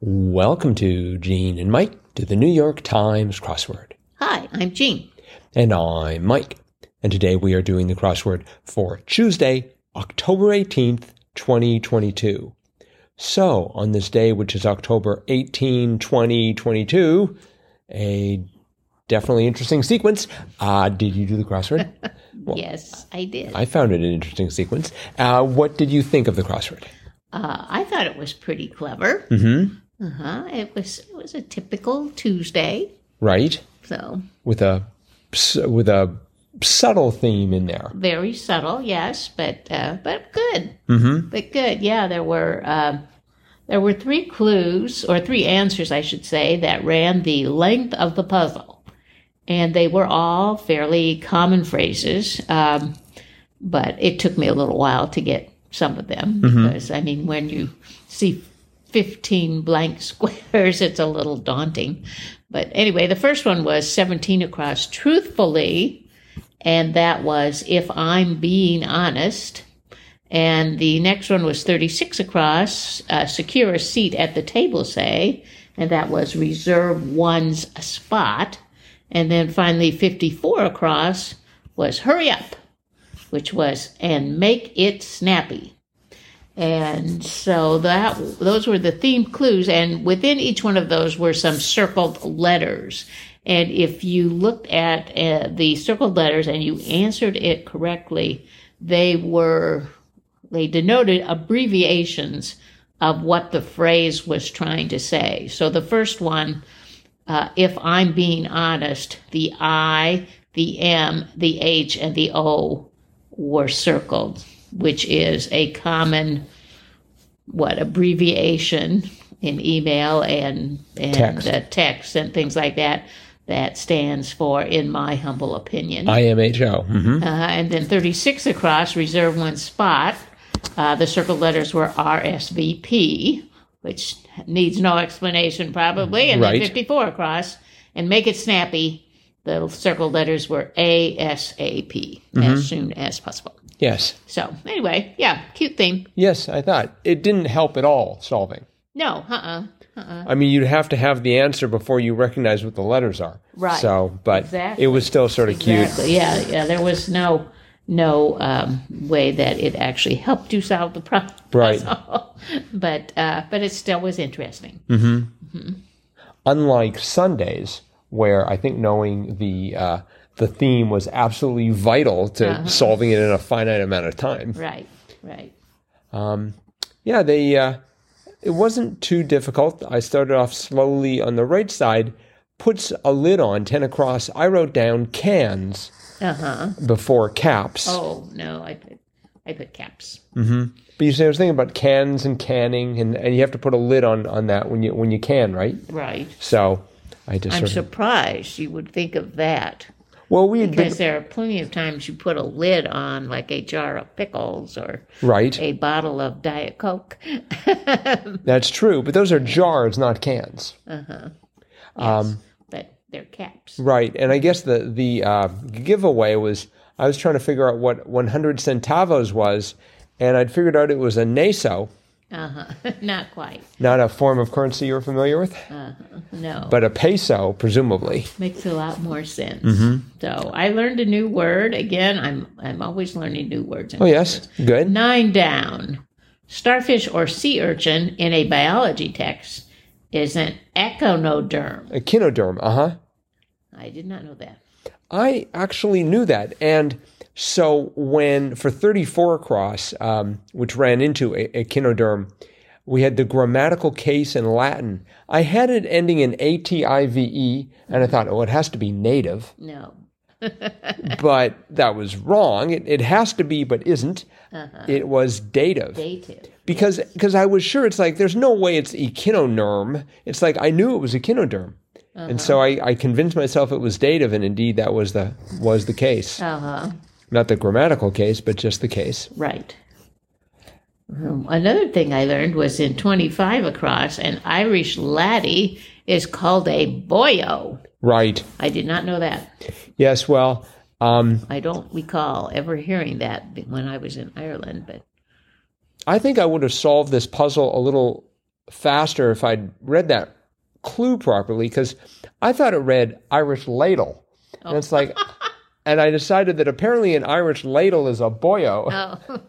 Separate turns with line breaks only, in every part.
Welcome to Gene and Mike to the New York Times crossword.
Hi, I'm Jean.
And I'm Mike. And today we are doing the crossword for Tuesday, October 18th, 2022. So, on this day, which is October 18, 2022, a definitely interesting sequence. Uh, did you do the crossword?
yes, I did.
I found it an interesting sequence. Uh, what did you think of the crossword?
Uh, I thought it was pretty clever.
Mm-hmm.
Uh huh. It was it was a typical Tuesday.
Right?
So
With a, s- with a subtle theme in there.
very subtle, yes, but uh, but good. But good. Yeah, there were um there were three clues or three answers, I should say, that ran the length of the puzzle, and they were all fairly common phrases. Um, but it took me a little while to get some of them because I mean, when you see fifteen blank squares, it's a little daunting. But anyway, the first one was seventeen across truthfully and that was if I'm being honest. And the next one was 36 across, uh, secure a seat at the table, say, and that was reserve one's spot. And then finally, 54 across was hurry up, which was and make it snappy. And so that those were the theme clues, and within each one of those were some circled letters. And if you looked at uh, the circled letters and you answered it correctly, they were they denoted abbreviations of what the phrase was trying to say. So the first one, uh, if I'm being honest, the I, the M, the H, and the O were circled, which is a common what abbreviation in email and and
Text.
Uh, text and things like that that stands for in my humble opinion.
IMHO. Mm-hmm.
Uh, and then 36 across, reserve one spot. Uh, the circled letters were RSVP, which needs no explanation probably. And
Right.
then 54 across, and make it snappy. The circled letters were ASAP,
Mm-hmm.
as soon as possible.
Yes.
So, anyway, yeah, cute theme.
Yes, I thought. It didn't help at all solving.
No, uh uh uh-uh.
I mean, you'd have to have the answer before you recognize what the letters are.
Right.
So, but
Exactly.
it was still sort of cute.
Exactly. Yeah, yeah. There was no no um, way that it actually helped you solve the problem.
Right.
but uh, but it still was interesting.
Unlike Sundays, where I think knowing the uh, the theme was absolutely vital to
Uh-huh.
solving it in a finite amount of time.
Right. Right.
Yeah, they. Uh, it wasn't too difficult. I started off slowly on the right side. Puts a lid on ten across. I wrote down cans
Uh huh.
before caps.
Oh no, I put I put caps.
But you say I was thinking about cans and canning, and, and you have to put a lid on, on that when you when you can, right?
Right.
So I just
I'm
sort of,
surprised you would think of that
well, we had been
because there are plenty of times you put a lid on, like a jar of pickles or
right.
a bottle of Diet Coke.
That's true, but those are jars, not cans,
Um, but they're caps.
right? And I guess the the uh, giveaway was I was trying to figure out what 100 centavos was, and I'd figured out it was a peso,
Uh huh. Not quite.
not a form of currency you're familiar with,
No.
but a peso, presumably.
makes a lot more sense. So I learned a new word again. I'm I'm always learning new words.
Oh yes, good.
Nine down. Starfish or sea urchin in a biology text is an echinoderm.
A kinoderm, uh huh.
I did not know that.
I actually knew that. And so when for 34 across, um, which ran into a, a kinoderm, we had the grammatical case in Latin. I had it ending in A-T-I-V-E, and I thought, oh, it has to be native,
No.
but that was wrong. It, it has to be, but isn't. It was dative.
Dative.
because cause I was sure it's like, there's no way it's echinoderm. It's like, I knew it was echinoderm. And so I, I convinced myself it was dative, and indeed that was the was the case
Uh huh.
not the grammatical case, but just the case.
Right. Um, another thing I learned was in 25 across, an Irish laddie is called a boyo.
Right.
I did not know that.
Yes. Well, um,
I don't recall ever hearing that when I was in Ireland, but
I think I would have solved this puzzle a little faster if I'd read that clue properly because I thought it read Irish ladle. And it's like, and I decided that apparently an Irish ladle is a boyo.
Oh.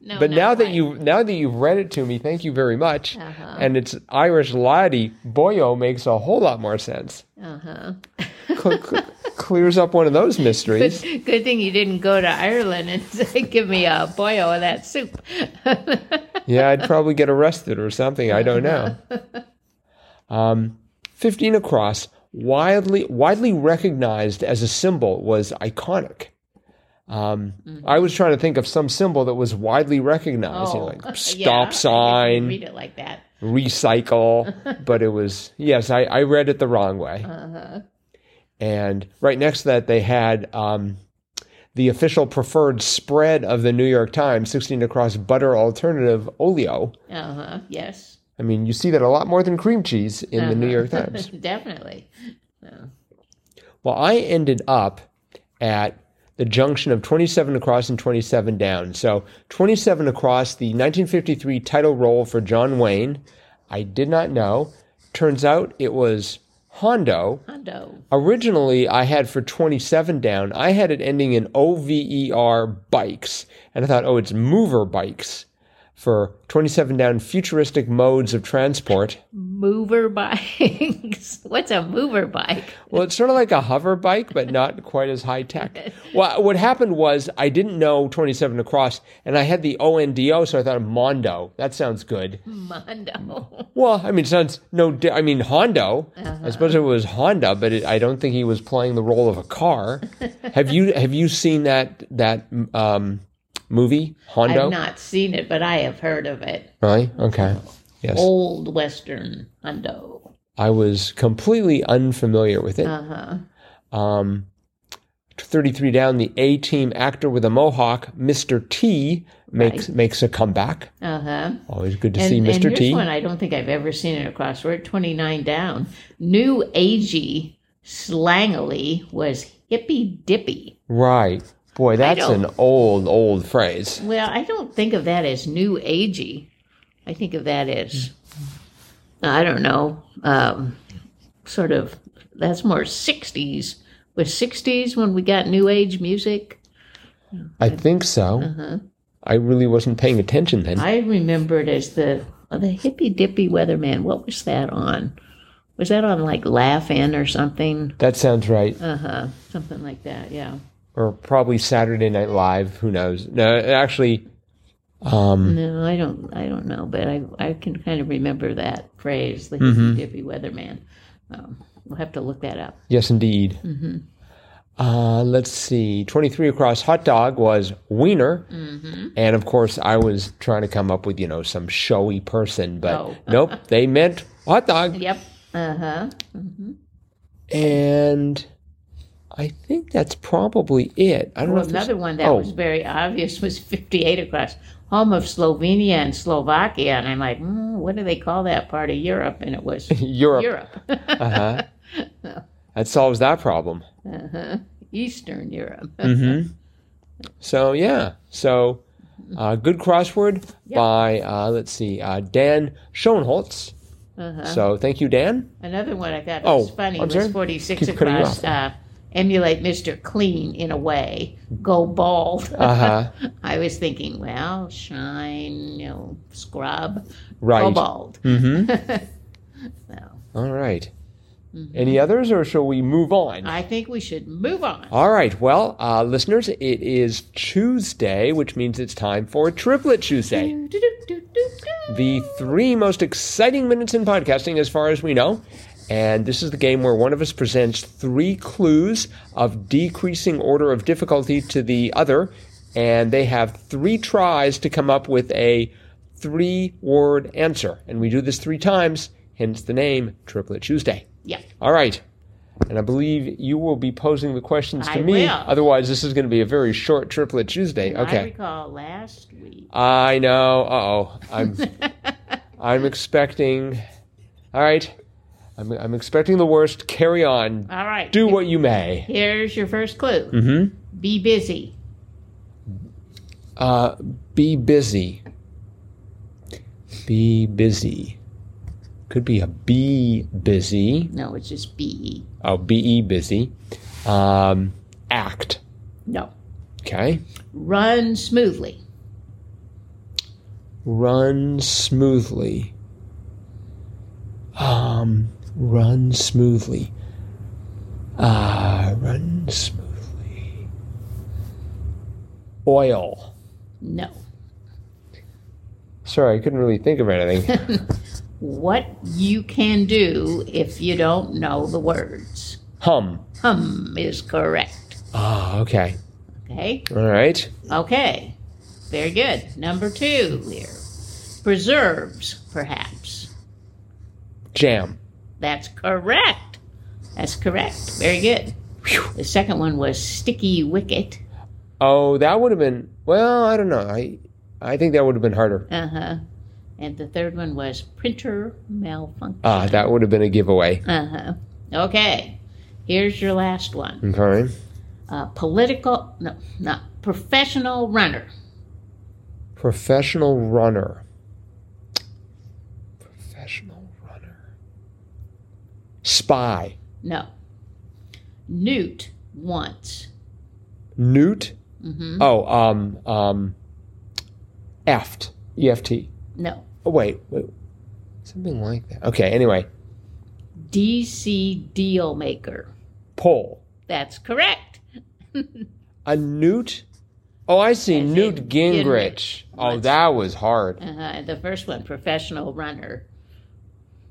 no,
but
not
now that
quite.
you now that you've read it to me, thank you very much.
Uh-huh.
And it's Irish laddie boyo makes a whole lot more sense.
Uh-huh.
Cl- cl- clears up one of those mysteries.
Good thing you didn't go to Ireland and say, give me a boil of that soup.
yeah, I'd probably get arrested or something. I don't know. Um, 15 across, widely widely recognized as a symbol, was iconic. Um,
Mm-hmm.
I was trying to think of some symbol that was widely recognized, you know,
Oh, yeah,
like
I
stop
didn't
sign,
Read it like that.
recycle, but it was yes, I, I read it the wrong way.
Uh-huh.
And right next to that, they had um, the official preferred spread of the New York Times, 16 across butter alternative oleo.
Uh-huh. Yes.
I mean, you see that a lot more than cream cheese in the New
Uh-huh.
York Times.
Definitely.
Well, I ended up at the junction of 27 across and 27 down. So 27 across, the 1953 title role for John Wayne. I did not know. Turns out it was Hondo.
Hondo.
Originally, I had for 27 down, I had it ending in OVER bikes. And I thought, oh, it's mover bikes for 27 down futuristic modes of transport.
Mover bikes. What's a mover bike?
Well, it's sort of like a hover bike, but not quite as high tech. Well, what happened was I didn't know 27 across, and I had the ONDO, so I thought of Mondo. That sounds good.
Mondo.
Well, I mean, it sounds no. Di- I mean, Hondo.
Uh-huh.
I suppose it was Honda, but it, I don't think he was playing the role of a car. have you Have you seen that that um, movie Hondo?
I've not seen it, but I have heard of it.
Really? Okay. Yes,
Old Western Hondo.
I was completely unfamiliar with it.
Uh-huh.
Um, 33 down, the A team actor with a mohawk, Mr. T, makes makes a comeback.
Uh-huh.
Always good to
And,
see
and
Mr.
here's
T.
one I don't think I've ever seen in a crossword. Twenty nine down. New agey slangily was hippy dippy.
Right. Boy, that's
don't-
an old, old phrase.
Well, I don't think of that as new agey. I think of that as I don't know, um, sort of. That's more sixties. Was sixties when we got new age music?
I
Mm.
think so. I really wasn't paying attention then.
Uh-huh. I remember it as the oh, the hippy dippy weatherman. What was that on? Was that on like Laugh-In or something?
that sounds right.
Uh huh. Something like that. Yeah.
Or probably Saturday Night Live. Who knows? No, actually,
No, I don't. I don't know, but I I can kind of remember that phrase, the hippy dippy weatherman. Um, we'll have to look that up.
yes, indeed. Uh, let's see. 23 across hot dog was wiener. And of course, I was trying to come up with, you know, some showy person, but
Oh.
nope, they meant hot dog.
Yep. Uh huh.
And I think that's probably it. I don't know if there's-
Another one that
oh.
was very obvious was 58 across, home of Slovenia and Slovakia, and I'm like, mm, what do they call that part of Europe? And it was
Europe.
Europe,
Uh-huh. that solves that problem.
Eastern Europe.
Mm-hmm. So, yeah. So, uh, good crossword by, uh, let's see, uh, Dan Schoenholtz. So, thank you, Dan.
Another one I thought
Oh,
was funny
I'm
was
sorry.
46
Keep cutting you
across.
off.
Uh, emulate Mr. Clean in a way. Go bald.
Uh-huh.
I was thinking, well, shine, you know, scrub, go
Right. Mm-hmm.
bald.
All right. Any others, or shall we move on?
I think we should move on.
All right. Well, uh, listeners, it is Tuesday, which means it's time for Triplet Tuesday.
Do, do, do, do, do.
The three most exciting minutes in podcasting, as far as we know. And this is the game where one of us presents three clues of decreasing order of difficulty to the other. And they have three tries to come up with a three word answer. And we do this three times, hence the name Triplet Tuesday.
Yeah.
All right. And I believe you will be posing the questions to
I
me.
will.
Otherwise, this is going to be a very short triplet Tuesday.
I
Okay.
recall last week.
I know. Uh-oh. I'm I'm expecting All right. I'm I'm expecting the worst. Carry on.
All right.
Do what Hmm. you may.
Here's your first clue. Mm-hmm. Be busy.
Uh be busy. Be busy. Could be a bee busy.
No, it's just BE.
Oh, be busy. Um, act.
No.
Okay.
Run smoothly.
Run smoothly. Um, run smoothly. Uh, run smoothly. Oil.
No.
Sorry, I couldn't really think of anything.
What you can do if you don't know the words.
Hum.
Hum is correct.
Ah, okay.
Okay.
All right.
Okay. Very good. Number two here. Preserves, perhaps.
Jam.
That's correct. That's correct. Very good.
Phew.
The second one was sticky wicket.
Oh, that would have been. Well, I don't know. I, I think that would have been harder.
Uh huh. And the third one was printer malfunction.
Ah, that would have been a giveaway.
Uh huh. Okay. Here's your last one.
Okay.
Uh, political, no, not professional runner.
Professional runner. Professional runner. Spy.
No. Newt once.
Newt.
Mm-hmm.
Oh, um, um. Eft. EFT.
No.
Oh, wait, wait. Something like that. Okay, anyway.
DC deal maker.
Pole.
That's correct.
A newt. Oh, I see.
As in
Newt Gingrich.
Gingrich.
Oh,
What's-
that was hard.
Uh, the first one, professional runner,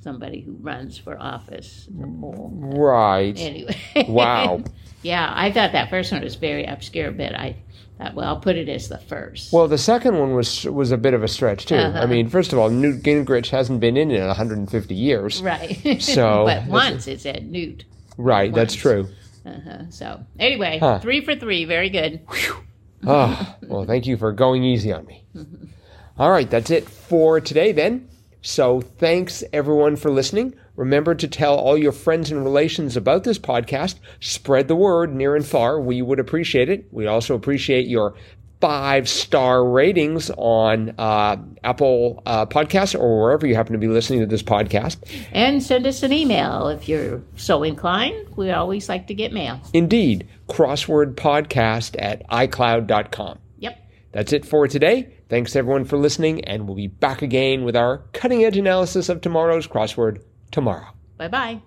somebody who runs for office.
Mm. Right.
Anyway.
Wow.
yeah, I thought that first one was very obscure, but I thought, well, I'll put it as the first.
Well, the second one was was a bit of a stretch too. I
Uh-huh.
mean, first of all, Newt Gingrich hasn't been in it in 150 years.
right.
So,
but
that's-
once it said Newt.
Right, that's
Once.
true.
Uh-huh. So, anyway,
Huh.
three for three. Very good.
Ah, well, thank you for going easy on me. All right, that's it for today then. So, thanks everyone for listening. Remember to tell all your friends and relations about this podcast. Spread the word near and far. We would appreciate it. We also appreciate your five star ratings on uh, Apple uh, Podcasts or wherever you happen to be listening to this podcast.
And send us an email if you're so inclined. We always like to get mail.
Indeed, crosswordpodcast at iCloud.com.
Yep.
That's it for today. Thanks everyone for listening, and we'll be back again with our cutting edge analysis of tomorrow's crossword tomorrow.
Bye bye.